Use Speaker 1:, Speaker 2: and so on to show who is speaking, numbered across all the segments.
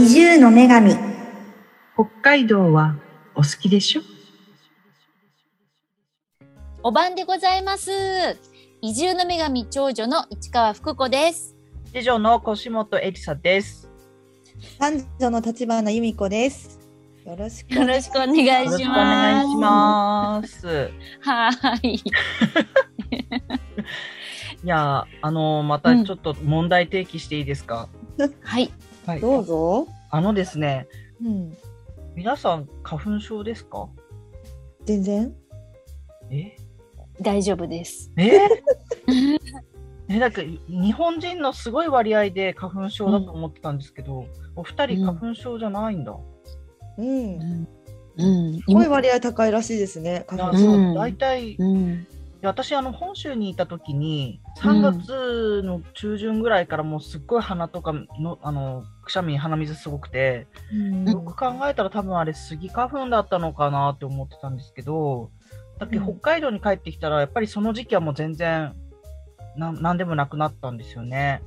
Speaker 1: 女神
Speaker 2: 北海道はお好きでしょ
Speaker 3: お晩でございます。移住の女神長女の市川福子です。
Speaker 4: 次女の腰本エリサです。
Speaker 1: 三女の立花由美子ですよろしく
Speaker 3: よろしくお願
Speaker 4: よ
Speaker 3: い
Speaker 4: ろ
Speaker 3: し
Speaker 4: しくお
Speaker 3: ま
Speaker 4: 願
Speaker 3: す。
Speaker 4: いします。
Speaker 3: はーい。
Speaker 4: いやー、あのーまたちょっと問題提起していいですか。
Speaker 3: はい。
Speaker 4: はい
Speaker 1: どうぞ
Speaker 4: あのですね、
Speaker 1: うん
Speaker 4: 皆さん花粉症ですか。
Speaker 1: 全然
Speaker 4: え、
Speaker 3: 大丈夫です。
Speaker 4: え ー。ね、なんか日本人のすごい割合で花粉症だと思ってたんですけど、お二人花粉症じゃないんだ。
Speaker 1: うんす
Speaker 3: うん。
Speaker 1: ごい割合高いらしいですね
Speaker 4: いや
Speaker 1: 花粉
Speaker 3: ん
Speaker 1: 症
Speaker 4: そう大体、
Speaker 3: うん。
Speaker 4: いや私あの本州にいた時に
Speaker 3: う
Speaker 4: 3
Speaker 3: ん
Speaker 4: 月の中旬ぐらいからもうすっごい鼻とかのあのくしゃみ鼻水すごくて
Speaker 1: うん
Speaker 4: よく考えたら多分あれスギ花粉だったのかなって思ってたんですけどだっけ
Speaker 1: うん
Speaker 4: 北海道に帰ってきたらやっぱりその時期はもう全然なんなんでもなくなったんですよね。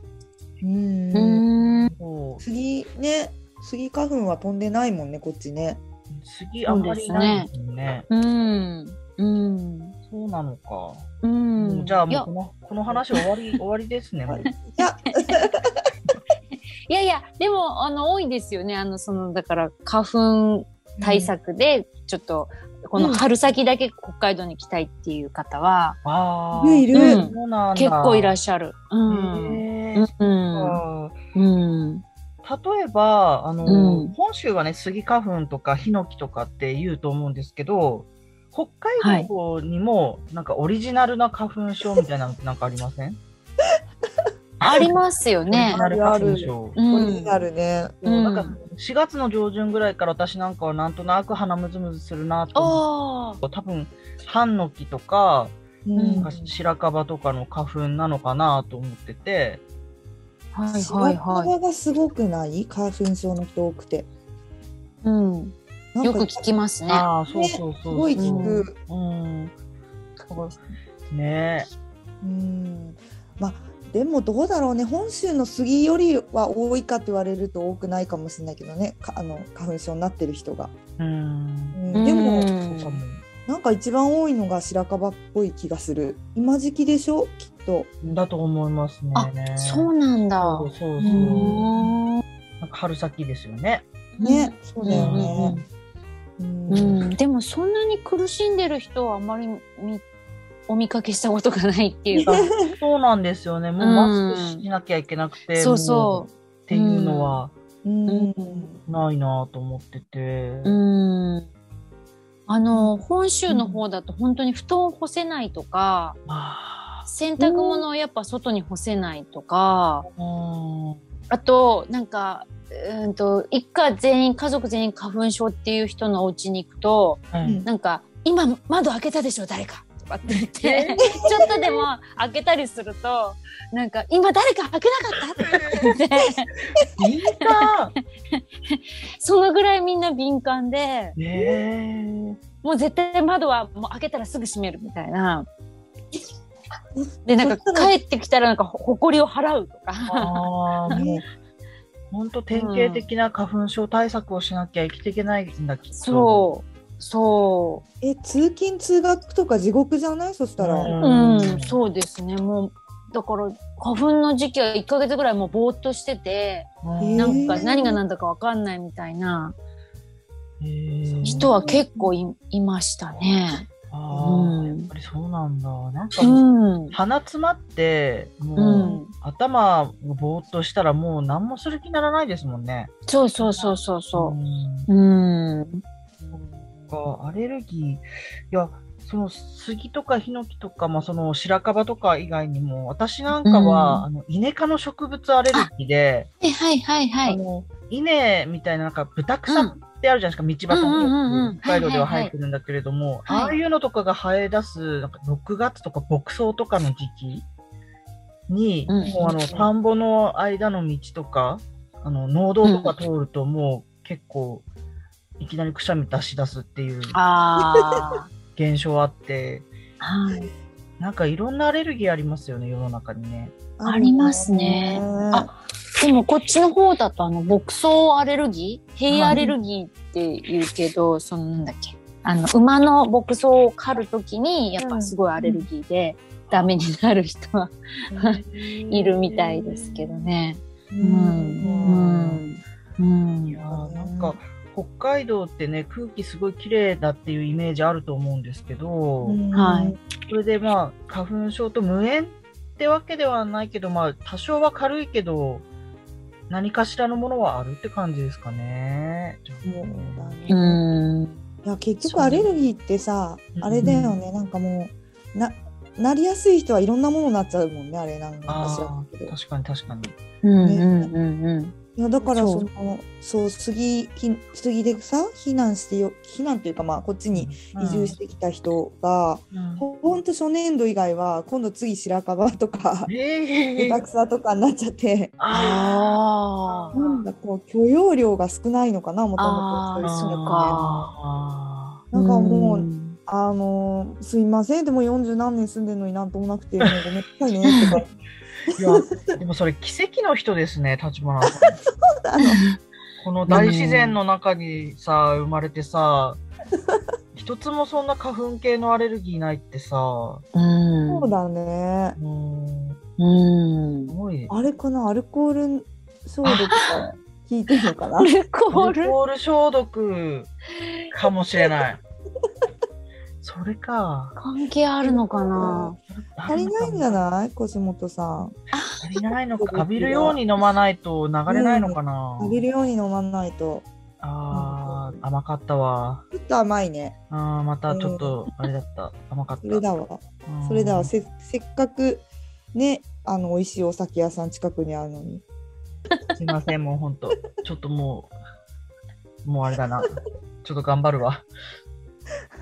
Speaker 1: うん
Speaker 3: うん。
Speaker 4: そう
Speaker 1: 杉ね杉花粉は飛んでないもんねこっちね
Speaker 4: スギあんまりいないですよね。
Speaker 3: うん。うん。
Speaker 4: そうなのか。
Speaker 3: うん。
Speaker 4: じゃあ
Speaker 3: い
Speaker 4: もう
Speaker 3: や
Speaker 4: このこの話終わり終わりですね。もう
Speaker 1: いや
Speaker 3: いやいや、でも、あの、多いですよね。あの、その、だから、花粉対策で、ちょっと、この春先だけ北海道に来たいっていう方は、
Speaker 4: あ
Speaker 1: い
Speaker 4: あ、
Speaker 1: るいる、
Speaker 3: うん
Speaker 4: そうなんだ。
Speaker 3: 結構いらっ
Speaker 4: し
Speaker 3: しゃる。う
Speaker 4: ゃ
Speaker 3: ん。うん。うん。
Speaker 4: 例えばあの、
Speaker 3: うん
Speaker 4: 本州はねスギ花粉とかヒノキとかって言うと思うんですけど北海道にもなんかオリジナルな花粉症みたいなのってなんかありません、
Speaker 3: ありますよ
Speaker 4: オリ
Speaker 3: ね
Speaker 4: ジ。ナル花粉症
Speaker 3: う
Speaker 1: こ
Speaker 3: ん
Speaker 1: れになるね、
Speaker 3: うん
Speaker 4: なんか4月の上旬ぐらいから私なんかはなんとなく鼻むずむずするなと思っ
Speaker 3: あ
Speaker 4: て多分ハンノキとか
Speaker 1: うん
Speaker 3: うん
Speaker 4: なんか白樺とかの花粉なのかなと思ってて
Speaker 3: あ、はいは
Speaker 1: 白
Speaker 3: いはい。
Speaker 1: 樺がすごくない花粉症の人多くて
Speaker 3: うん、
Speaker 1: なん
Speaker 3: よ
Speaker 1: か
Speaker 3: く聞きますね。
Speaker 4: ああそうそうそう
Speaker 1: す
Speaker 4: そう、
Speaker 1: ごい聞く、
Speaker 4: うんねえ
Speaker 1: うんまあでもどうだろうね本州の杉よりは多いかって言われると多くないかもしれないけどねかあの花粉症になってる人が、
Speaker 4: うん
Speaker 1: うんでも
Speaker 3: うん
Speaker 4: そうかも
Speaker 1: なんか一番多いのが白樺っぽい気がする今時期でしょきっと
Speaker 4: だと思いますね。
Speaker 3: あそうなんだ。
Speaker 4: そうそう
Speaker 3: う
Speaker 4: そう
Speaker 3: ーん
Speaker 4: なんか春先ですよね。
Speaker 1: ね、そうだよ
Speaker 3: うん
Speaker 1: ね、うん
Speaker 3: うん、でもそんなに苦しんでる人はあまりみお見かけしたことがないっていうか。
Speaker 4: そうなんですよね。もう
Speaker 3: うん
Speaker 4: マスクしなきゃいけなくて、
Speaker 3: そうそ
Speaker 4: もうっていうのは
Speaker 1: うん
Speaker 4: ないなぁと思ってて。
Speaker 3: う。うん。あの本州の方だと本当に布団を干せないとか、
Speaker 4: あ
Speaker 3: 洗濯物をやっぱ外に干せないとか、
Speaker 4: ーうん
Speaker 3: あとなんかうーんと一家全員家族全員花粉症っていう人のお家に行くと、
Speaker 4: はい
Speaker 3: なんか今窓開けたでしょ誰かとかって言って、 ちょっとでも開けたりするとなんか今誰か開けなかったって言って
Speaker 4: 敏感。
Speaker 3: そのぐらいみんな敏感で
Speaker 4: ねえ
Speaker 3: もう絶対窓はもう開けたらすぐ閉めるみたいな。でなんか帰ってきたらなんかほ埃を払うとか
Speaker 4: ああ、もう
Speaker 1: ね。
Speaker 4: 本当典型的な花粉症対策をしなきゃ生きていけないんだきっと。
Speaker 3: そうそ
Speaker 1: え通勤通学とか地獄じゃないそしたら、
Speaker 3: う
Speaker 4: う
Speaker 3: うん
Speaker 4: ん
Speaker 3: そうですねもうだから花粉の時期は1ヶ月ぐらいもうぼーっとしてて
Speaker 4: うん。
Speaker 3: なん
Speaker 1: え
Speaker 3: か
Speaker 1: ー
Speaker 3: 何が何だかわかんないみたいな
Speaker 4: へー
Speaker 3: 人は結構いいましたね。
Speaker 4: あ
Speaker 3: う
Speaker 4: あ、
Speaker 3: ん
Speaker 4: やっぱりそうなんだ。なんか
Speaker 3: う、
Speaker 4: もうん鼻詰まってもう、
Speaker 3: うん
Speaker 4: 頭がぼーっとしたらもう何もする気にならないですもんね。
Speaker 3: そうそうそうそうそ
Speaker 4: ん
Speaker 3: う。うん、
Speaker 4: かアレルギーいやその杉とかヒノキとか、まあ、その白樺とか以外にも私なんかは、
Speaker 3: うん
Speaker 4: あのイネ科の植物アレルギーで
Speaker 3: はいはいはいは
Speaker 4: あ
Speaker 3: い。
Speaker 4: のイネみたいななんかブタクサってあるじゃないですか、道端
Speaker 3: うんうんうんう
Speaker 4: に
Speaker 3: ん
Speaker 4: 北海道では
Speaker 3: はい
Speaker 4: 生
Speaker 3: はいはい
Speaker 4: えてるんだけれども、
Speaker 3: はい
Speaker 4: ああいうのとかが生え出すなんか6月とか牧草とかの時期に、
Speaker 3: うん
Speaker 4: もうあの田んぼの間の道とかあの農道とか通るともう結構いきなりくしゃみ出し出すっていう
Speaker 3: あ
Speaker 4: 現象あって
Speaker 3: あ、はい。
Speaker 4: なんかいろんなアレルギーありますよね世の中にね。
Speaker 3: あります
Speaker 1: あ
Speaker 3: ね
Speaker 1: るね
Speaker 3: あでもこっちの方だとあの牧草アレルギ
Speaker 4: う
Speaker 3: ー
Speaker 4: ん
Speaker 3: hay アレルギーって言うけど、そのなんだっけあの馬の牧草を狩るときにやっぱすごいアレルギーでダメになる人はいるみたいですけどね。
Speaker 1: う
Speaker 3: うんんうん
Speaker 4: いやーなんか北海道ってね空気すごい綺麗だっていうイメージあると思うんですけど、
Speaker 3: はい
Speaker 4: それでまあ花粉症と無縁ってわけではないけどまあ多少は軽いけど何かしらのものはあるって感じですかね。
Speaker 1: そうだね、
Speaker 3: うん
Speaker 1: いや結局アレルギーってさ
Speaker 4: そう
Speaker 1: あれだよねなんかもうななりやすい人はいろんなものになっちゃうもんねあれなんか知ら
Speaker 4: あ
Speaker 1: ないけど
Speaker 4: あ確かに確かに。
Speaker 3: うんうんうんうん
Speaker 1: いやだから
Speaker 3: そ
Speaker 1: そうのそう杉ひ杉でさ避難してよ避難というかまあこっちに移住してきた人が、
Speaker 4: うん
Speaker 1: ほほんと初年度以外は今度次白樺とか
Speaker 4: ええ
Speaker 1: 下手くさとかになっちゃって
Speaker 4: あ
Speaker 3: あー
Speaker 1: なんだこう許容量が少ないのかなもともと
Speaker 4: ー
Speaker 1: そういう人
Speaker 4: そ
Speaker 1: っ
Speaker 4: う
Speaker 1: て
Speaker 4: か
Speaker 1: なんかもう
Speaker 3: うん
Speaker 1: あのーすいませんでも40何年住んでるのになんともなくて ごめんなさいねとか
Speaker 4: いやでもそれ奇跡の人ですね立花さん。
Speaker 1: あの
Speaker 4: この大自然の中にさ、生まれ てさ、一つもそんな花粉系のアレルギーないってさ、
Speaker 3: うん
Speaker 1: そうだね
Speaker 4: うーん、
Speaker 3: うん
Speaker 4: すごい。
Speaker 1: あれかなアルコール消毒が効いてるのかな
Speaker 3: アルコ
Speaker 4: ア
Speaker 3: ール
Speaker 4: ルコール消毒かもし れない。それか。
Speaker 3: 関係あるのかな。
Speaker 1: 足りないんじゃ
Speaker 4: い
Speaker 1: ない腰元さん
Speaker 4: 足りないのか。浴びるように飲まないと流れないのかな。
Speaker 1: あげるように飲まないと
Speaker 4: ああ、甘かったわ。
Speaker 1: ちょっと甘いね
Speaker 4: あーまたちょっとあれだった。甘かっ
Speaker 1: それ
Speaker 4: た。
Speaker 1: だわそれだわせせっかくねあの美味しいお酒屋さん近くにあるのに
Speaker 4: すいません、もう本当、ちょっともう、もうあれだな、ちょっと頑張るわ。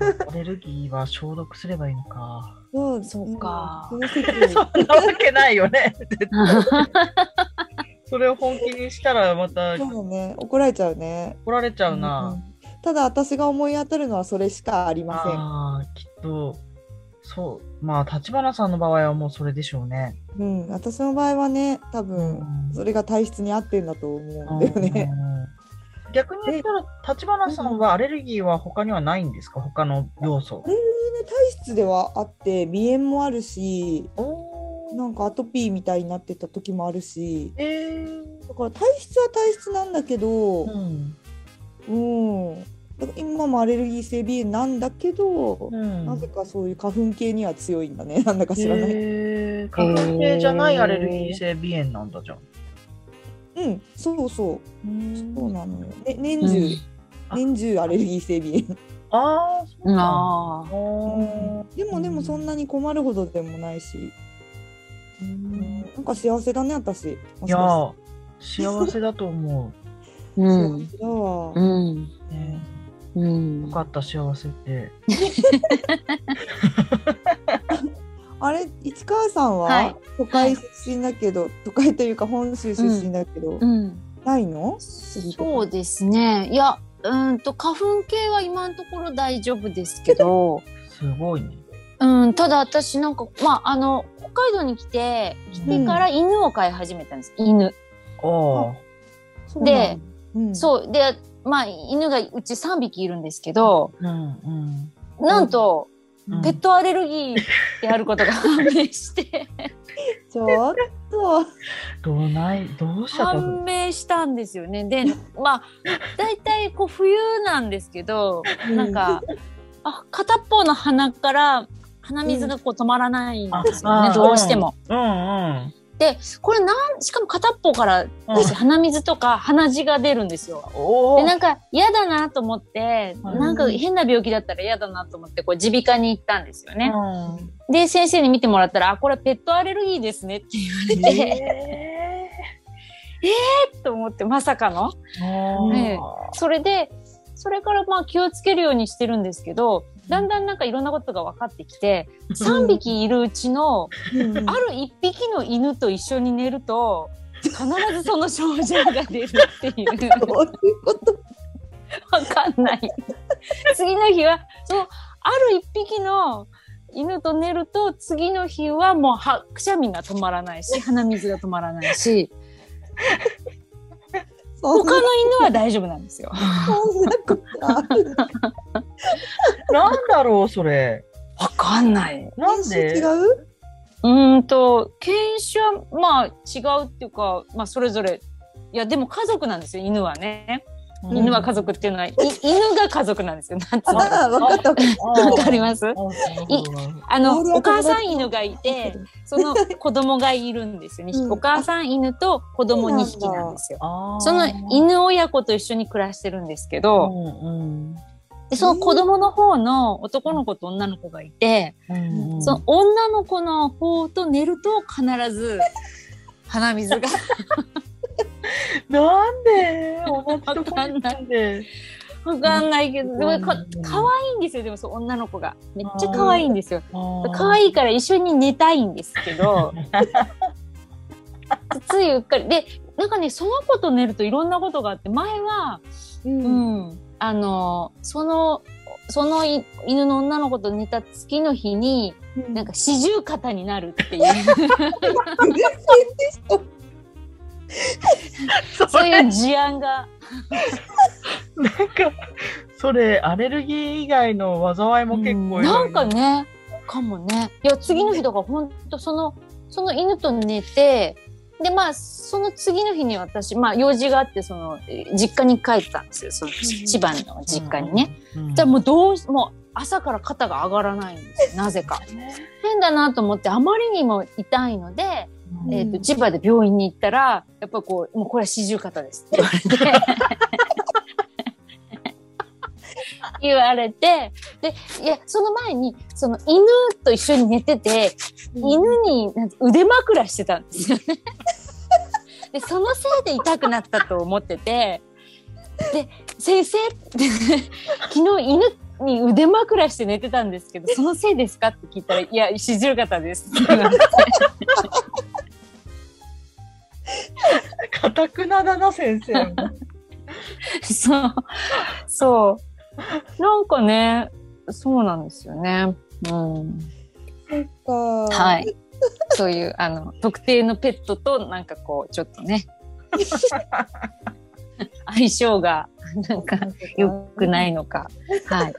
Speaker 4: アレルギーは消毒すればいいのか。
Speaker 1: そう
Speaker 3: そうか
Speaker 1: うんその
Speaker 4: そん
Speaker 1: 席
Speaker 4: なわけないよね。それを本気にしたらまた
Speaker 1: そうだね怒られちゃうね
Speaker 4: 怒られちゃうな。
Speaker 1: うんただ私が思い当たるのはそれしかありません
Speaker 4: ああ、きっと、そう、まあ、立花さんの場合はもうそれでしょうね。
Speaker 1: うん、私の場合はね多分それが体質に合ってんだと思うんだ よね。
Speaker 4: うん逆に言ったら、立花さんはアレルギーは他にはないんですか他の要素。
Speaker 1: 体質ではあって鼻炎もあるし
Speaker 4: お
Speaker 1: なんかアトピーみたいになってた時もあるし
Speaker 4: えー、
Speaker 1: だから体質は体質なんだけど、
Speaker 4: うん。
Speaker 1: うんだから今もアレルギー性鼻炎なんだけど、
Speaker 4: うん
Speaker 1: なぜかそういう花粉系には強いんだねなんだか知らない。
Speaker 4: へー花粉系じゃないアレルギー性鼻炎なんだじゃん。
Speaker 1: うんそうそうそうなのよ、ね、年中、
Speaker 3: うん
Speaker 4: あ
Speaker 1: 年中アレルギー性鼻炎。
Speaker 4: ああ、そうな
Speaker 3: ああ。
Speaker 4: の。
Speaker 1: でもでもそんなに困るほどでもないし、
Speaker 4: うん
Speaker 1: なんか幸せだね私。
Speaker 4: いやー、幸せだと思
Speaker 3: う
Speaker 1: 幸
Speaker 3: ん。
Speaker 1: せだわ。
Speaker 3: うん。
Speaker 4: う。ね、
Speaker 3: うん
Speaker 4: よ。かった、幸せって。
Speaker 1: あれ市川さんは、
Speaker 3: はい
Speaker 1: 都会出身だけど、都会というか本州出身だけど、
Speaker 3: うん。
Speaker 1: ないの？
Speaker 3: そうですね。いや、うーんと花粉系は今のところ大丈夫ですけど、
Speaker 4: すごいね。
Speaker 3: うん。ただ私なんかまああの北海道に来て来てから犬を飼い始めたんです。犬。
Speaker 4: ああ、
Speaker 1: そうなの
Speaker 3: で、
Speaker 1: うん、
Speaker 3: そうでまあ犬がうち3匹いるんですけど、
Speaker 4: うん
Speaker 3: なんと
Speaker 4: うん。
Speaker 3: ペットアレルギーであることが判明して。
Speaker 1: ちょっと
Speaker 4: どうない、どうしちゃったの
Speaker 3: 判明したんですよね。で、まあ、だいたいこう冬なんですけど、なんか、あ、片っぽの鼻から鼻水がこう止まらないんですよね、
Speaker 4: うんあ
Speaker 3: どうしても。
Speaker 4: うんうん。
Speaker 3: で、これなん、しかも片っぽからです鼻水とか鼻血が出るんですよ。
Speaker 4: お
Speaker 3: で、
Speaker 4: お。
Speaker 3: なんか嫌だなと思って、
Speaker 4: はい
Speaker 3: なんか変な病気だったら嫌だなと思って、こう耳鼻科に行ったんですよね。
Speaker 4: うん
Speaker 3: で、先生に見てもらったら、あ、これペットアレルギーですねって言われて、
Speaker 4: え
Speaker 3: と思って、まさかの。
Speaker 4: ーあ
Speaker 3: ねえ
Speaker 4: ー
Speaker 3: それで、それからまあ気をつけるようにしてるんですけど、だんだんなんかいろんなことが分かってきて、3匹いるうちの、
Speaker 1: うんうん
Speaker 3: ある1匹の犬と一緒に寝ると、必ずその症状が出るっていう。
Speaker 1: どういうこと？
Speaker 3: わかん ない。次の日は、その、ある1匹の犬と寝ると、次の日はもうは、くしゃみが止まらないし、鼻水が止まらないし、
Speaker 1: そん
Speaker 3: 他
Speaker 1: な
Speaker 3: の犬は大丈夫なんですよ。
Speaker 1: そんなことある
Speaker 4: なんだろう、それ。
Speaker 3: わかんない。
Speaker 4: なん
Speaker 1: 違
Speaker 4: で
Speaker 1: う
Speaker 3: うーんと犬種はまあ違うっていうか、まあそれぞれいやでも家族なんですよ犬はね。
Speaker 1: うん
Speaker 3: 犬は家族っていうのはい犬が家族なんですよ。なんつう
Speaker 1: あ、
Speaker 3: のわ
Speaker 1: だ分かった。
Speaker 3: かります？い
Speaker 4: す
Speaker 3: あの
Speaker 1: ボールは
Speaker 3: お母さ
Speaker 1: 友達
Speaker 3: ん犬がいてその子供がいるんですよね、
Speaker 1: うん
Speaker 3: お母さん犬と子供2匹なんですよそ
Speaker 4: そ
Speaker 3: の犬親子と一緒に暮らしてるんですけど、
Speaker 4: うん
Speaker 3: でその子供の方の男の子と女の子がいて、
Speaker 4: うんうん
Speaker 3: その女の子の方と寝ると必ず鼻 水が
Speaker 4: なんで同じとこに
Speaker 3: わか
Speaker 4: 住んで
Speaker 3: わかんないけどでもか
Speaker 4: うん
Speaker 3: 可愛いんですよでもそう女の子がめっちゃ可愛いんですよ可
Speaker 4: 可い
Speaker 3: 愛いから一緒に寝たいんですけ どついうっかりでなんかねその子と寝るといろんなことがあって前は、
Speaker 1: う。
Speaker 3: うんんあのそのそのい犬の女の子と寝た月の日になんか四十肩になるっていう
Speaker 4: そ
Speaker 3: そう
Speaker 4: れ
Speaker 3: いう事案が
Speaker 4: なんかそれアレルギー以外の災いも結構いろ
Speaker 3: ない
Speaker 4: ろ
Speaker 3: んかねかもねいや次の日だから本当そのその犬と寝てでまあその次の日に私まあ用事があってそのえー実家に帰ったんですよその
Speaker 1: う
Speaker 3: ち
Speaker 1: ん
Speaker 3: 千葉の実家にね。
Speaker 4: うん。
Speaker 3: じゃもうどうしもう朝から肩が上がらないんですよなぜか。変だなと思ってあまりにも痛いので、
Speaker 1: うん
Speaker 3: えー、と千葉で病院に行ったらやっぱこう「もうこれは四十肩で す」って言われて言われてでいやその前にその犬と一緒に寝てて犬になんて腕枕してたんですよね。 でそのせいで痛くなったと思っててで「先生」 って昨日犬に腕枕して寝てたんですけどそのせいですかって聞いたら「いや四十肩です」って言われて
Speaker 4: かたくなだな先生。
Speaker 3: そう。そう。なんかね、そうなんですよね。うん。
Speaker 1: そっか。。
Speaker 3: は。い。そういう、あの、特定のペットと、なんかこう、ちょっとね、相性が、なんか、良くないいのか。はい。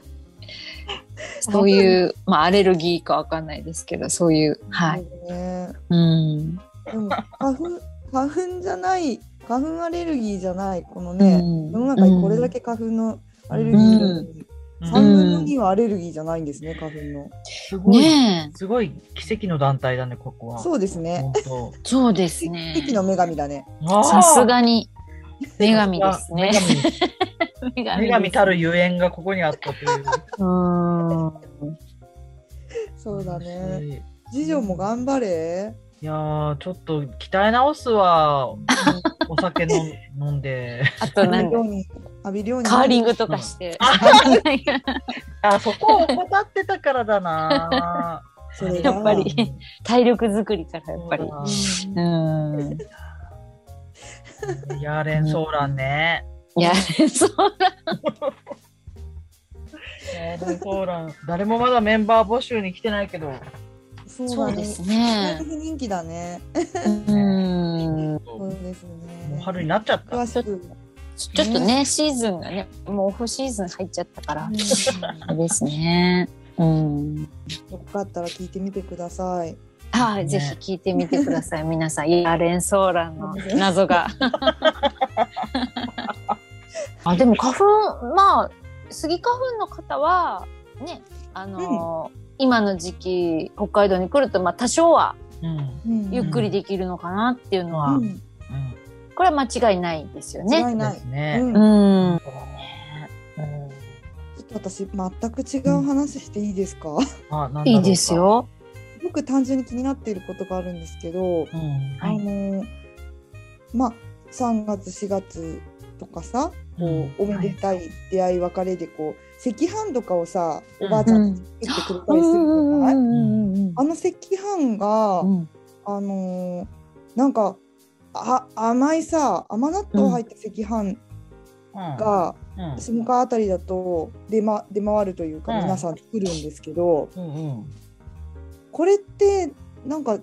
Speaker 3: そういう、まあ、アレルギーかわかんないですけど、そういう、はい。
Speaker 1: ね。
Speaker 3: うん。
Speaker 1: でも花粉花粉じゃない花粉アレルギーじゃないこの
Speaker 3: う
Speaker 1: ね、
Speaker 3: ん
Speaker 1: 世の中にこれだけ花粉のアレルギーがあるのに、
Speaker 4: うん
Speaker 1: 3分の2はアレルギーじゃないんですね花粉の、
Speaker 4: すごい
Speaker 3: ねえ、
Speaker 4: すごい奇跡の団体だねここは。
Speaker 1: そうですね
Speaker 4: 本当。
Speaker 3: そうですね
Speaker 1: 奇。跡の女神だね
Speaker 4: あー
Speaker 3: さす。がに、 女神ですね。
Speaker 4: 女神
Speaker 3: 女神
Speaker 4: 女神たるゆえんがここにあったという。
Speaker 3: うーん。
Speaker 1: そうだね。次女も頑張れ
Speaker 4: いやー、ちょっと鍛え直す わ。お酒の飲んで。
Speaker 3: あと
Speaker 1: 浴び
Speaker 3: 何
Speaker 1: るように浴びるように
Speaker 3: カーリングとかして。
Speaker 4: あ、そこを怠ってたからだ な。
Speaker 1: それが
Speaker 3: やっぱり 体力作りからやっぱり。う
Speaker 1: うん
Speaker 3: ーん。
Speaker 4: うん。やれんそうらんね。
Speaker 3: いや、 そう
Speaker 4: やれんそうらん。誰もまだメンバー募集に来てないけど。
Speaker 1: そうだ
Speaker 3: そう
Speaker 1: ね
Speaker 3: です
Speaker 1: だい
Speaker 3: ね。
Speaker 1: ぶ人気だね
Speaker 3: うーん。
Speaker 1: そう
Speaker 4: も
Speaker 1: ですね
Speaker 4: う春になっちゃった。
Speaker 1: 詳しく
Speaker 3: ちょっとね、シーズンがね、もうオフシーズン入っちゃったから。あれですね。うん。
Speaker 1: よかったら聞いてみてください
Speaker 3: はい、
Speaker 4: ね
Speaker 3: ぜひ聞いてみてくださ い、皆さん。いや、レンソーランの謎 が。あ、でも花粉、まあ、スギ花粉の方は、ね、あのー今の時期、北海道に来ると、まあ、多少は
Speaker 4: うん。
Speaker 1: うん
Speaker 3: ゆっくりできるのかなっていうのは、
Speaker 1: うん
Speaker 3: これは間違いないですよね。
Speaker 1: 違い
Speaker 4: うん。
Speaker 1: な
Speaker 4: で
Speaker 1: い
Speaker 4: すね
Speaker 1: う。ん
Speaker 3: うん。
Speaker 1: ちょっと私全く違う話していいですか、
Speaker 4: あ、なんだろうか
Speaker 3: いいです。よ。
Speaker 1: 僕単純に気になっていることがあるんですけど、
Speaker 4: うん。
Speaker 1: あのまあ3月4月とかさこう、おめでたい出会い別れでこう赤飯とかをさおばあちゃんと作ってくれたりするじゃない、
Speaker 3: うんうんうん
Speaker 1: あの赤飯が、
Speaker 3: うん
Speaker 1: あのーなんかあ甘いさ甘納豆入った赤飯
Speaker 4: うん。
Speaker 1: が、
Speaker 4: うん
Speaker 1: 下川あたりだと出,、ま、出回るというか
Speaker 4: うん
Speaker 1: 皆さん作るんですけど、
Speaker 4: うんうん。
Speaker 1: これってなんか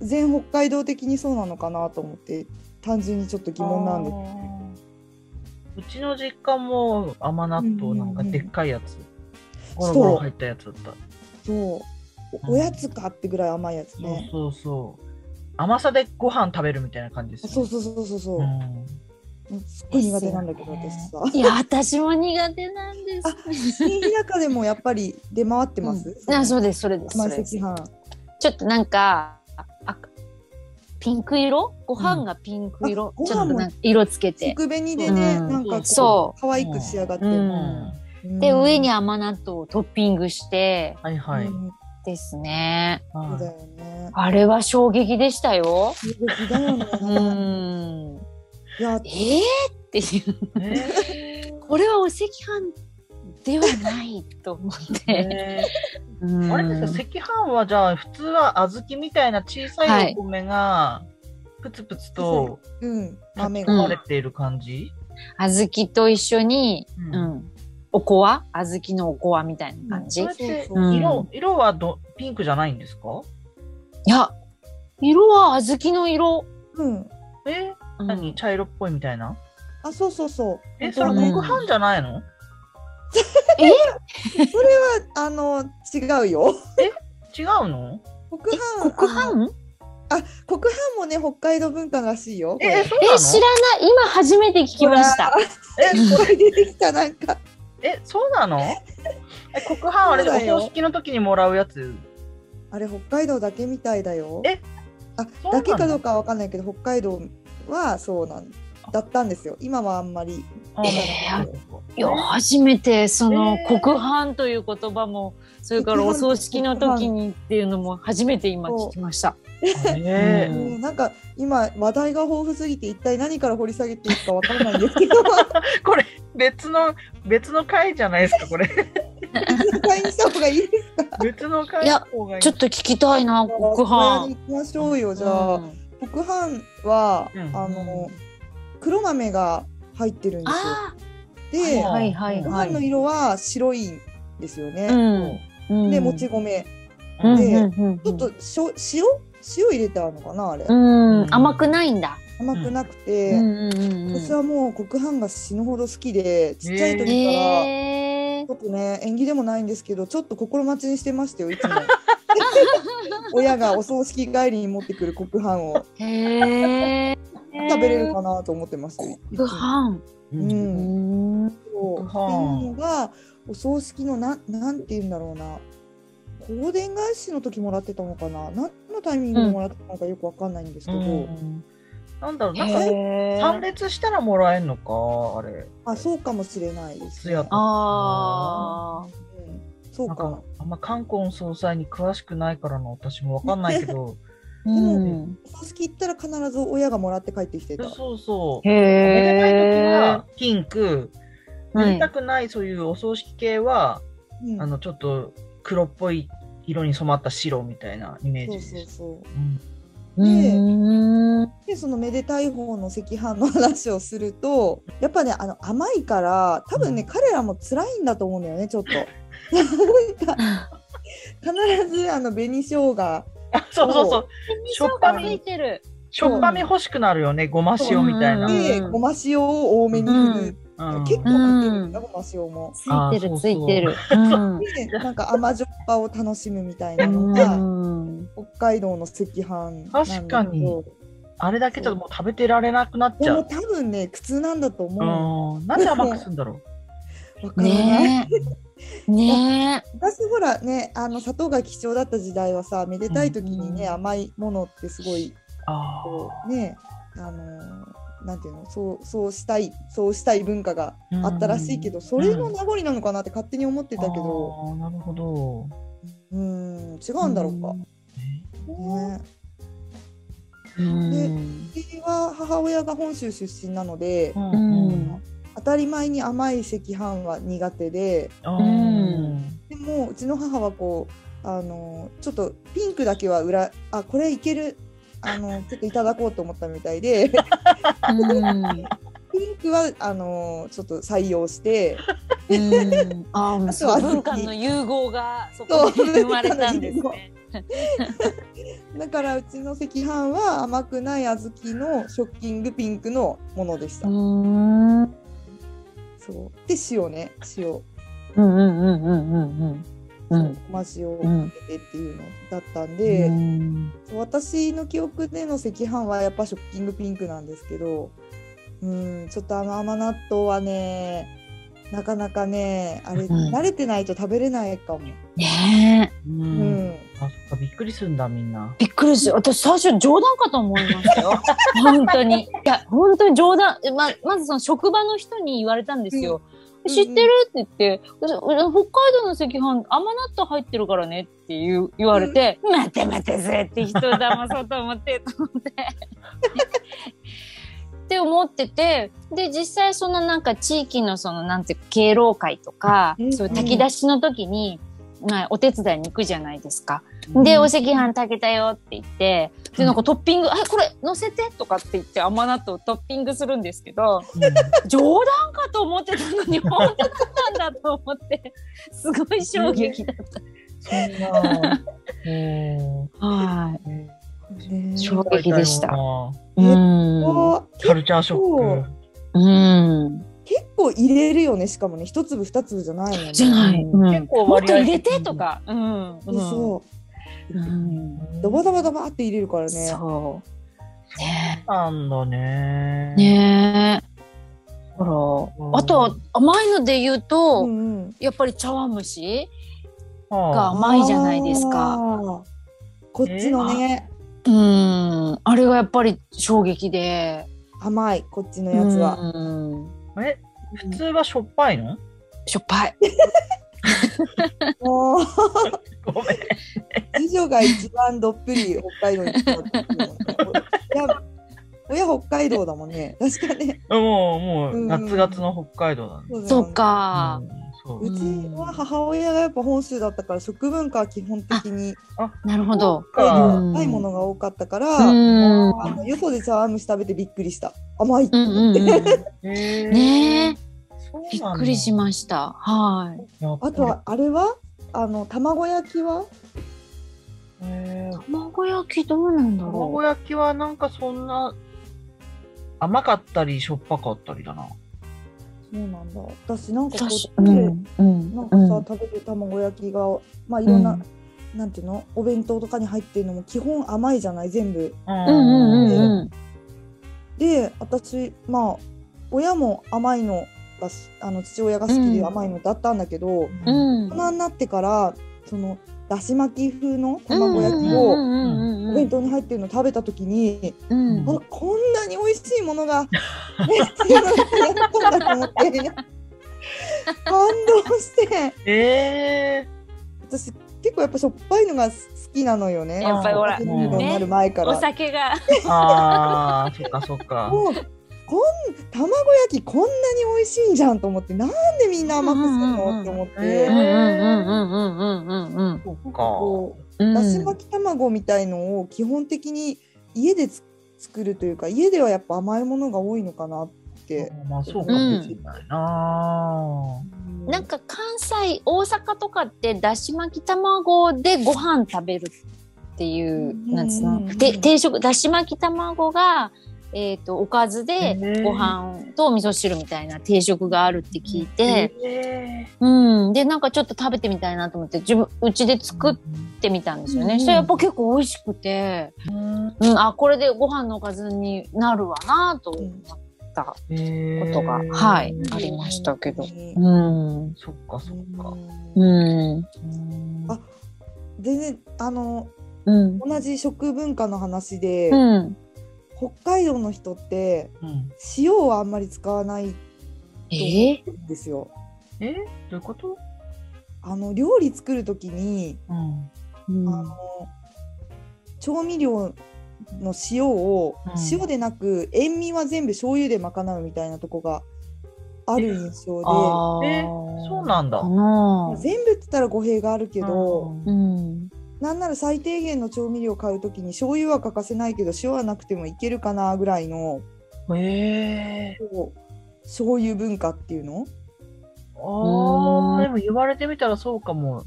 Speaker 1: 全北海道的にそうなのかなと思って単純にちょっと疑問なんです。
Speaker 4: うちの実家も甘納豆なんかでっかいやつ、ゴロゴロ入ったやつだった。
Speaker 1: そうおおやつかってぐらい甘いやつ
Speaker 4: そう
Speaker 1: ね。
Speaker 4: そうそう。甘さでご飯食べるみたいな感じです、ね。
Speaker 1: そうそうそうそうそう。
Speaker 4: うん
Speaker 1: すっごい苦手なんだけど、私さ。
Speaker 3: いや、私も苦手なんです。
Speaker 1: 新日高でもやっぱり出回ってます。
Speaker 3: うんあ、そう
Speaker 1: う。
Speaker 3: です、それです。そ
Speaker 1: 甘
Speaker 3: れ
Speaker 1: い
Speaker 3: です
Speaker 1: 赤飯。
Speaker 3: ちょっとなんか、あピンク色ご飯がピンク色、
Speaker 1: うんあ
Speaker 3: ちょっとなんか色つけて。
Speaker 1: 食紅でね、
Speaker 3: うん
Speaker 1: なんかこう
Speaker 3: そ
Speaker 1: 可愛く仕上がって
Speaker 3: う
Speaker 1: る。
Speaker 3: ん
Speaker 1: うん
Speaker 3: で、上に甘納豆をトッピングして
Speaker 4: はいはい。
Speaker 1: うん
Speaker 3: ですね。
Speaker 1: そうだ
Speaker 4: はい
Speaker 1: よね。
Speaker 3: あれは衝撃でしたよ。
Speaker 1: 衝撃だよね。
Speaker 3: うん。
Speaker 1: いや
Speaker 3: え、ー、っていう。
Speaker 4: ね
Speaker 3: これはお赤飯ではないと思って。
Speaker 4: ね
Speaker 3: うん
Speaker 4: あれですよ、赤飯はじゃあ、普通は小豆みたいな小さいお米が、プツプツと
Speaker 1: うん、豆
Speaker 4: 炊き
Speaker 1: が。
Speaker 4: 込まれている感じ、
Speaker 3: 小豆と一緒に、
Speaker 4: うん
Speaker 3: うん、おこわ小豆のおこわみたいな感じ、
Speaker 1: うん
Speaker 4: それって色、
Speaker 3: うん
Speaker 4: 色はどピンクじゃないんですか
Speaker 3: いや色は小豆の色、
Speaker 1: うん。
Speaker 4: え
Speaker 3: うん
Speaker 4: 何茶色っぽいみたいな
Speaker 1: あ、そうそうそう。
Speaker 4: え、それ
Speaker 3: うん
Speaker 4: 黒飯じゃないの
Speaker 1: あの、違うよ。
Speaker 4: 違うの
Speaker 1: 黒
Speaker 3: え
Speaker 1: 飯。
Speaker 3: 黒
Speaker 1: あ
Speaker 3: 飯
Speaker 1: のあ、黒飯もね、北海道文化らしいよ。
Speaker 4: え、
Speaker 1: こ
Speaker 4: そう
Speaker 3: え知
Speaker 4: なの
Speaker 3: らない今初めて聞きました
Speaker 1: れえ、これ出てきた、なんか。
Speaker 4: え、そうなのえ、黒飯あれで
Speaker 1: そうだよ
Speaker 4: お葬式の時にもらうやつ
Speaker 1: あれ、北海道だけみたいだよ。
Speaker 4: え
Speaker 1: あ
Speaker 4: そう
Speaker 1: だ
Speaker 4: なの
Speaker 1: けかどうかは分かんないけど、北海道はそうなんだったんですよ。今はあんまり。
Speaker 4: あなるほど
Speaker 3: いや初めてその
Speaker 4: えー
Speaker 3: 黒飯という言葉もそれからお葬式の時にっていうのも初めて今聞きました
Speaker 4: ね
Speaker 3: うん
Speaker 1: うんなんか今話題が豊富すぎて一体何から掘り下げていいかわからないんですけ ど
Speaker 4: これ別の別の回じゃないですかこ れ
Speaker 1: 買いにした方がいいです
Speaker 4: 別の回
Speaker 3: いや
Speaker 4: の方がいい
Speaker 3: ちょっと聞きたいな
Speaker 1: か
Speaker 3: 黒
Speaker 1: 小屋に
Speaker 3: 飯
Speaker 1: 行きましょうよじゃあ、
Speaker 3: うん
Speaker 1: 黒飯は、
Speaker 4: うん
Speaker 1: あの黒豆が入ってるんですよ
Speaker 3: あ
Speaker 1: で、
Speaker 3: ーはいはい
Speaker 1: ご
Speaker 3: は
Speaker 1: 飯の
Speaker 3: い
Speaker 1: 色は白いんですよ
Speaker 3: う
Speaker 1: ね、
Speaker 3: んうん
Speaker 1: でもち米
Speaker 4: うん
Speaker 1: で
Speaker 3: うんうんうん
Speaker 1: ちょっとしょ塩塩入れたのかなあれ、
Speaker 3: うん、
Speaker 4: うん
Speaker 3: 甘くないんだ。
Speaker 1: 甘くなく
Speaker 3: う
Speaker 1: て、
Speaker 3: んうんうん
Speaker 1: 私はもう黒飯が死ぬほど好きでちっちゃい時から、
Speaker 3: へえ
Speaker 1: ちょっとね縁起でもないんですけどちょっと心待ちにしてましたよいつ も親がお葬式帰りに持ってくる黒飯を
Speaker 3: へえ。
Speaker 1: 食べれるかなと思ってますよいつ
Speaker 3: ご
Speaker 1: も
Speaker 3: 飯。
Speaker 1: う
Speaker 4: うん
Speaker 3: うんん。
Speaker 1: そうっていうのがお葬式のなんなんて言うんだろうな香典返しの時もらってたのかな何のタイミングでもらってたのかよくわかんないんですけど、
Speaker 4: うんなんだろうなんか
Speaker 3: へ
Speaker 4: 参列したらもらえるのかあれ
Speaker 1: あそうかもしれないです、
Speaker 4: 通夜とか
Speaker 3: ああ。
Speaker 1: うん、そう
Speaker 4: なん
Speaker 1: か
Speaker 4: か
Speaker 1: も
Speaker 4: あんま冠婚葬祭に詳しくないからの私もわかんないけど
Speaker 3: うん。
Speaker 1: お葬式行ったら必ず親がもらって帰ってきてた
Speaker 4: そうそう
Speaker 3: へ
Speaker 4: おめでたい時
Speaker 3: え
Speaker 4: は。ピンク
Speaker 3: は
Speaker 4: や
Speaker 3: い
Speaker 4: りたくないそういうお葬式系は
Speaker 1: うん
Speaker 4: あのちょっと黒っぽい色に染まった白みたいなイメー
Speaker 1: そ
Speaker 4: ジ
Speaker 1: う
Speaker 4: で
Speaker 1: そう
Speaker 4: す。
Speaker 1: そう
Speaker 4: うん
Speaker 3: うん。うん
Speaker 1: でそのめでたい方の赤飯の話をするとやっぱねあの甘いから多分ね、
Speaker 4: うん
Speaker 1: 彼らも辛いんだと思うんだよねちょっ と必ずあの紅生姜
Speaker 4: あそうそうそう
Speaker 3: しょっぱみついてる。
Speaker 4: しょっぱみ欲しくなるよね、ごま塩みたいな。
Speaker 3: うん
Speaker 1: でごま塩を多めに振る、
Speaker 4: うん
Speaker 1: 結構
Speaker 3: うん
Speaker 1: かけるんだごま塩も。
Speaker 3: ついて
Speaker 4: あーそ
Speaker 3: る
Speaker 4: う
Speaker 3: つ
Speaker 4: そう
Speaker 3: いてる。うん
Speaker 1: でなんか甘じょっぱを楽しむみたいなのが、
Speaker 3: うん。
Speaker 1: 北海道の赤飯なんだけど
Speaker 4: 確かにあれだけちょっともう食べてられなくなっち
Speaker 1: で
Speaker 4: ゃ
Speaker 1: も
Speaker 4: う。
Speaker 1: 多分ね苦痛なんだと思うわ
Speaker 4: うん、なんで甘くするんだろ
Speaker 1: からない、
Speaker 3: ねえ。ね
Speaker 1: 私ほらねあの砂糖が貴重だった時代はさめでたい時にね、
Speaker 4: うん。
Speaker 1: 甘いものってすごいう
Speaker 4: あ
Speaker 1: こうねあのーなんていうのそうそうしたいそうしたい文化があったらしいけど、それの名残なのかなって勝手に思って
Speaker 4: あ。
Speaker 1: たけど、
Speaker 4: あーなるほど。
Speaker 1: うん、違
Speaker 3: え。
Speaker 1: うんだろうか。ね、
Speaker 3: うん。
Speaker 1: 私は母親が本州出身なので、
Speaker 4: うん
Speaker 3: うん。
Speaker 1: 当たり前に甘い赤飯は苦手で
Speaker 4: うん
Speaker 1: でもうちの母はこうあのーちょっとピンクだけは裏あこれいけるあのーちょっといただこうと思ったみたい で。
Speaker 3: うん。
Speaker 1: ピンクはあのーちょっと採用して
Speaker 3: うん、あー
Speaker 1: あと
Speaker 3: そ
Speaker 1: は
Speaker 3: う
Speaker 1: 小豆
Speaker 3: 文化の融合がそこで
Speaker 1: そう
Speaker 3: 生まれたんですね。
Speaker 1: だからうちの赤飯は甘くない小豆のショッキングピンクのものでした。
Speaker 3: うんうん
Speaker 1: そうで塩ね塩、
Speaker 3: うんうんうんうんう
Speaker 1: そ
Speaker 3: ん
Speaker 1: うごま塩を
Speaker 3: うん
Speaker 1: かけてっていうのだったん
Speaker 3: う
Speaker 1: で、
Speaker 3: ん
Speaker 1: そう私の記憶での赤飯はやっぱショッキングピンクなんですけどうんちょっと甘々納豆はねなかなかねあれ、
Speaker 3: ん
Speaker 1: 慣れてないと食べれないかも。
Speaker 3: ねえ
Speaker 4: う。
Speaker 1: うんん
Speaker 4: あ、そっか、びっくりするんだ、みんな。
Speaker 3: びっくりし私最初冗談かと思いました よ本当にいや本当に冗談ままずその職場の人に言われたんですよ、
Speaker 1: うん
Speaker 3: 知ってるって言って、うう北海道の赤飯甘納豆入ってるからねって言う言われて、待て待てそれって人を騙そうと思ってと思って。って思っててで実際そのなんか地域のそのなんていうか敬老会とか、
Speaker 1: うん
Speaker 3: そういう炊き出しの時に、まあ、お手伝いに行くじゃないですか。で、お赤飯炊けたよって言って、で、なんかトッピング、あ、これ乗せてとかって言って甘納豆をトッピングするんですけ ど、冗談かと思ってたのに、本当だったんだと思って、すごい衝撃だっ
Speaker 4: そんな。お
Speaker 3: た。はい。
Speaker 1: ね
Speaker 3: 衝撃でした
Speaker 4: お
Speaker 3: うん。
Speaker 1: こう
Speaker 4: カルチャーショック。
Speaker 3: うん。
Speaker 1: 結構入れるよねしかもね一粒二粒じゃないもんね。
Speaker 3: じゃない。うん
Speaker 4: 結構
Speaker 3: もっ
Speaker 4: 割
Speaker 3: と
Speaker 4: 合
Speaker 3: 入れてとか。うん。。
Speaker 1: そうそう
Speaker 3: うん。
Speaker 1: うドバドバドバって入れるからね。
Speaker 3: そう。ね
Speaker 4: なんだね
Speaker 3: え。。ねえ。ほら。あと、甘いので言うと、
Speaker 1: うんうん
Speaker 3: やっぱり茶碗蒸しが
Speaker 4: はあ
Speaker 3: 甘いじゃないですか。
Speaker 1: あー。こっちのね
Speaker 3: うん、あれがやっぱり衝撃で。
Speaker 1: 甘いこっちのやつは。
Speaker 3: うん
Speaker 4: え、普通はしょっぱいの
Speaker 3: しょっぱい。
Speaker 1: もう
Speaker 4: ごめん。
Speaker 1: 次女が一番どっぷり北海道に来たっていうのね親親北海道だもんね。確かね。
Speaker 4: もう、も
Speaker 1: う
Speaker 4: う、
Speaker 1: ん
Speaker 4: ガツガツの北海道なんで。
Speaker 1: うだよね
Speaker 3: そっ。か
Speaker 4: う。んそう
Speaker 1: うちは母親がやっぱ本州だったから食文化は基本的に
Speaker 3: なるほど。
Speaker 1: 北海道
Speaker 4: か
Speaker 1: にないものが多かったか
Speaker 3: う
Speaker 1: ら、
Speaker 3: ん。うん
Speaker 1: あのよそで茶碗蒸し食べてびっくりした。甘いって
Speaker 3: う
Speaker 1: 思っ
Speaker 3: ん
Speaker 1: て。
Speaker 3: うん。
Speaker 4: へー
Speaker 3: ねえ、
Speaker 4: そうなんだ
Speaker 3: びっくりしました。はい。
Speaker 4: やっぱ
Speaker 1: あ
Speaker 4: り
Speaker 1: とはあれはあの卵焼きは
Speaker 4: へー
Speaker 3: 卵焼きどうなんだろ
Speaker 4: 卵焼きはなんかそんな甘かったりしょっぱかったりだな。
Speaker 1: そうなんだ。私なん
Speaker 3: う。
Speaker 1: かこっち
Speaker 3: 確
Speaker 1: で、
Speaker 3: うん。うん
Speaker 1: なん。
Speaker 3: う
Speaker 1: かさ、
Speaker 3: ん。
Speaker 1: 食べる卵焼きがまあいろ
Speaker 3: うんん
Speaker 1: な、なんていうのお弁当とかに入ってるのも基本甘いじゃない全部。
Speaker 4: う
Speaker 3: うんうんうん
Speaker 4: ん
Speaker 3: うん。
Speaker 1: で私まあ親も甘いのがしあの父親が好きで
Speaker 3: うん
Speaker 1: 甘いのだったんだけど、
Speaker 3: うん。
Speaker 1: 大人になってからそのだし巻き風の卵焼き
Speaker 3: う
Speaker 1: を
Speaker 3: んうんうん
Speaker 1: お
Speaker 3: うん
Speaker 1: 弁当に入ってるの食べた時に、
Speaker 3: うん
Speaker 1: あこんなに美味しいものがねっていうのがやっとんだと思って感動して
Speaker 4: え
Speaker 1: 私結構やっぱしょっぱいのが好きなのよね。
Speaker 3: やっぱりほら
Speaker 1: お酒飲むようになる前から。
Speaker 3: お酒が。
Speaker 4: ー、ああ、そっかそっか。
Speaker 1: もうこん卵焼きこんなに美味しいんじゃんと思ってなんでみんな甘くする
Speaker 3: うんうんうん
Speaker 1: のって思っ
Speaker 3: うん
Speaker 1: て、
Speaker 3: うんうんうんうんうんうん
Speaker 4: そっか。
Speaker 1: こ
Speaker 3: う。
Speaker 1: うんだし巻き卵みたいのを基本的に家でつ作るというか家ではやっぱ甘いものが多いのかなって。
Speaker 4: まあそうかもしれないな。
Speaker 3: なんか関西大阪とかってだし巻き卵でご飯食べるっていう
Speaker 1: うん
Speaker 3: なん
Speaker 1: う
Speaker 3: つう
Speaker 1: ん
Speaker 3: のて定食だし巻き卵が、えー、とおかずで
Speaker 4: ね
Speaker 3: ご飯とお味噌汁みたいな定食があるって聞いて、
Speaker 4: え
Speaker 3: うん、でなんかちょっと食べてみたいなと思って自分うちで作ってみたんですよね、
Speaker 1: うん
Speaker 3: それやっぱ結構美味しくて、うん、あこれでご飯のおかずになるわなと思ったこ
Speaker 4: ー
Speaker 3: とが、はい
Speaker 4: えー
Speaker 3: ありましたけど。
Speaker 1: う
Speaker 3: うん
Speaker 4: そっかそっか。
Speaker 1: ん
Speaker 3: うん
Speaker 4: うん
Speaker 1: あ全然あの
Speaker 3: うん
Speaker 1: 同じ食文化の話で、
Speaker 3: うん
Speaker 1: 北海道の人って
Speaker 4: うん
Speaker 1: 塩はあんまり使わないん
Speaker 3: ええ
Speaker 1: ですよ。
Speaker 4: え、どういうこと？
Speaker 1: あの料理作る時に
Speaker 4: うん。
Speaker 1: あの調味料の塩を、
Speaker 4: うん
Speaker 1: 塩でなく塩味は全部醤油で賄うみたいなとこがある印象
Speaker 3: あ
Speaker 4: え、そうなんだ
Speaker 3: か。な
Speaker 1: で全部って言ったら語弊があるけど、
Speaker 4: うん
Speaker 3: うん
Speaker 1: なんなら最低限の調味料買う時に醤油は欠かせないけど塩はなくてもいけるかなぐらいの
Speaker 4: へえ。
Speaker 1: こう醤油文化っていうの
Speaker 4: ああ、でも言われてみたらそうかも。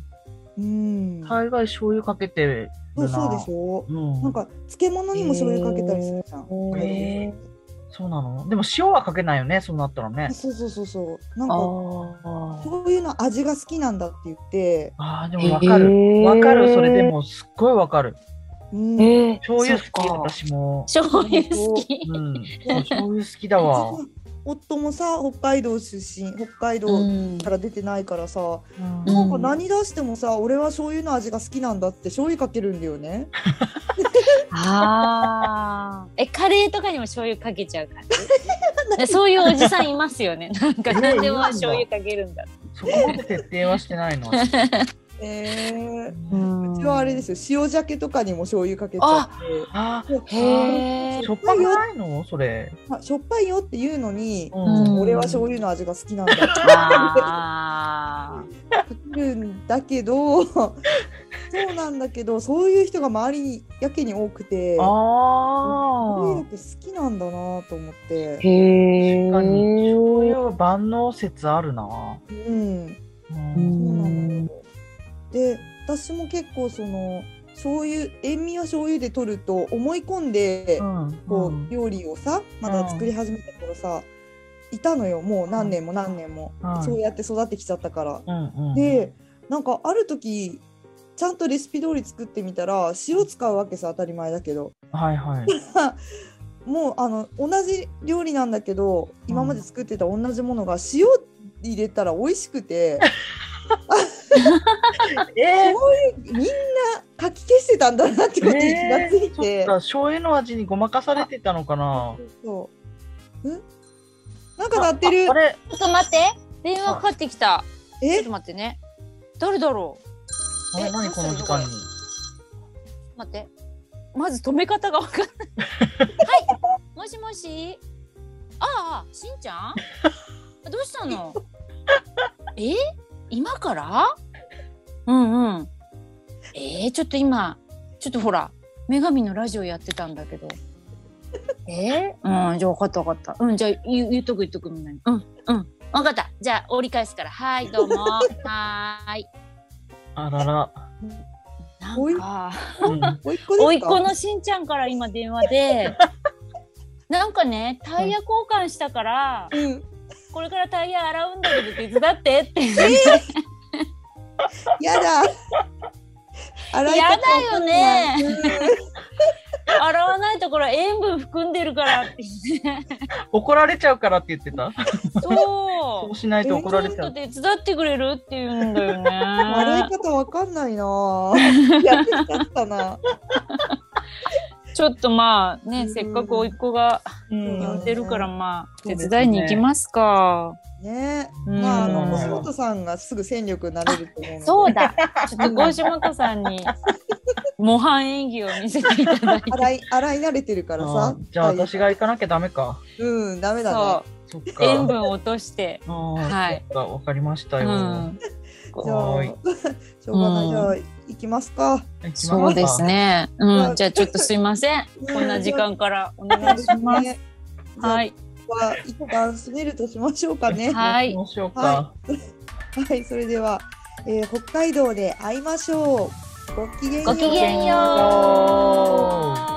Speaker 1: うん。
Speaker 4: 大概醤油かけてる
Speaker 1: そ
Speaker 4: な。
Speaker 1: うそうでしょ
Speaker 4: う。ん、
Speaker 1: なんか漬物にも醤油かけたりするじゃん。
Speaker 4: へーそうなのでも塩はかけないよね、そうなったらね。
Speaker 1: そうそうそうそう。なん
Speaker 3: あ
Speaker 1: かそういうの味が好きなんだって言って、
Speaker 4: ああ、で
Speaker 3: あ
Speaker 4: もわかる。わかる、それで。もすっごいわかる。
Speaker 1: うん、
Speaker 3: えー、
Speaker 4: 醤油好き、
Speaker 3: そっか
Speaker 4: 私も。
Speaker 3: 醤油好き。
Speaker 4: うん、そう醤油好きだわ。
Speaker 1: 自分夫もさ北海道出身北海道
Speaker 3: うん
Speaker 1: から出てないからさ、
Speaker 4: うん
Speaker 3: うん
Speaker 1: なんか何出してもさ俺は醤油の味が好きなんだって醤油かけるんだよね。
Speaker 3: ああ。え、カレーとかにも醤油かけちゃ う感じそういうおじさんいますよね。なんか何でも醤油かけるんだ。
Speaker 4: そこまで徹底はしてないの。私
Speaker 1: えー
Speaker 3: ん
Speaker 1: うちはあれですよ塩鮭とかにも醤油かけちゃっ
Speaker 4: あ
Speaker 1: て
Speaker 3: へえ
Speaker 4: ー、し。ょっぱくないのそれ。
Speaker 1: あしょっぱいよって言うのに、
Speaker 3: うん
Speaker 1: 俺は醤油の味が好きなんだって
Speaker 3: あ
Speaker 1: かけるんだけ どそうなんだけどそういう人が周りにやけに多くて
Speaker 4: あ
Speaker 1: 醤油
Speaker 4: あ
Speaker 1: だ。け好きなんだなと思っ
Speaker 3: ー。
Speaker 1: て、
Speaker 3: へ
Speaker 4: 確かに醤油は万能説あるな。
Speaker 1: うん、
Speaker 4: う
Speaker 1: そ
Speaker 4: ん
Speaker 1: うなのよで私も結構その醤油塩味は醤油で取ると思い込んで、こ
Speaker 4: う
Speaker 1: う
Speaker 4: ん
Speaker 1: 料理をさまだ作り始めた頃さ、いたのよもう何年も何年も、
Speaker 4: はい
Speaker 1: そうやって育ってきちゃったから。
Speaker 4: うんうん
Speaker 1: でなんかある時ちゃんとレシピ通り作ってみたら塩使うわけさ当たり前だけど
Speaker 4: はいはい。
Speaker 1: もうあの同じ料理なんだけど今まで作ってた同じものが塩入れたら美味しく て
Speaker 4: え
Speaker 1: みんなかき消してたんだなってことに気がつい
Speaker 4: そ
Speaker 1: て、
Speaker 4: っか醤油の味にごまかされてたのかな。
Speaker 1: そううんなんか鳴ってる
Speaker 4: あれ
Speaker 3: ちょっと待って。電話かかってきた。ちょっ
Speaker 1: え
Speaker 3: と待ってね。誰だろう。
Speaker 4: あ
Speaker 3: え
Speaker 4: れ何この時間に。
Speaker 3: 待って。まず止め方が わかんない。はい。もしもし。ああ、しんちゃん。 あどうしたの。え、今から。うんうん。えー、ちょっと今。ちょっとほら。女神のラジオやってたんだけど。えー、うん、じゃあ、分かった、分かった。うん、じゃあ、言う、言っとく、言っとく、みんなに。うん、うん。分かった。じゃあ、折り返すから。はい、ど うも。はーい。
Speaker 4: あら ら。
Speaker 3: な
Speaker 1: おい
Speaker 3: んか。
Speaker 4: うん
Speaker 1: おいっ子
Speaker 3: 甥
Speaker 1: で
Speaker 3: っ
Speaker 1: す
Speaker 3: 子
Speaker 1: か
Speaker 3: のしんちゃんから今電話 でなんかねタイヤ交換したから
Speaker 1: うん
Speaker 3: これからタイヤ洗うんだけど手伝ってって
Speaker 1: や だ洗い方
Speaker 3: やだよね
Speaker 1: わかんないうん
Speaker 3: 洗わないところ塩分含んでるからって言って
Speaker 4: 怒られちゃうからって言ってた。
Speaker 3: そ
Speaker 4: そう
Speaker 3: う
Speaker 4: しないと怒られち
Speaker 3: ち
Speaker 4: ゃ
Speaker 3: ょっ
Speaker 4: う
Speaker 3: と。手伝ってくれるって言うんだよ
Speaker 1: 洗
Speaker 3: ね
Speaker 1: い方わかんないな ぁやってきちゃったな
Speaker 3: ちょっとまあね
Speaker 1: うん
Speaker 3: せっかく甥っ子が
Speaker 4: う
Speaker 3: 呼
Speaker 1: うん
Speaker 3: でるからまあ
Speaker 4: そう
Speaker 3: 手
Speaker 4: ですね
Speaker 3: 伝いに行きますか
Speaker 1: ね
Speaker 3: うん
Speaker 1: まああの
Speaker 4: うん
Speaker 1: 吉本さんがすぐ戦力になれると思うので
Speaker 3: そ うだちょっと郷島子さんに模範演技を見せていただいて
Speaker 1: 洗い洗い慣れてるから
Speaker 4: あ
Speaker 1: さ
Speaker 4: ーじゃあ私が行かなきゃダメか。
Speaker 1: うんダメだ
Speaker 3: そ
Speaker 1: ね
Speaker 4: そっ
Speaker 3: う塩
Speaker 4: か。
Speaker 3: 分落として
Speaker 4: あ
Speaker 3: は
Speaker 4: はいい。そっかわかりましたよ。
Speaker 3: うん
Speaker 1: じゃあ
Speaker 4: はーい
Speaker 1: しょうがない、
Speaker 3: うん
Speaker 1: じゃあ行きますか
Speaker 4: 行きますか
Speaker 3: そうです。ね。うん、じゃあちょっとすいません。
Speaker 1: うん
Speaker 3: こんな時間からお願いし ます。
Speaker 1: ね
Speaker 3: はいい、
Speaker 1: じゃあここは一旦閉めるとしましょうかねは
Speaker 3: はい
Speaker 4: ど、うしようか。
Speaker 1: ははいそれでは、えー北海道で会いましょうごきげんよう
Speaker 3: ごきげんよう。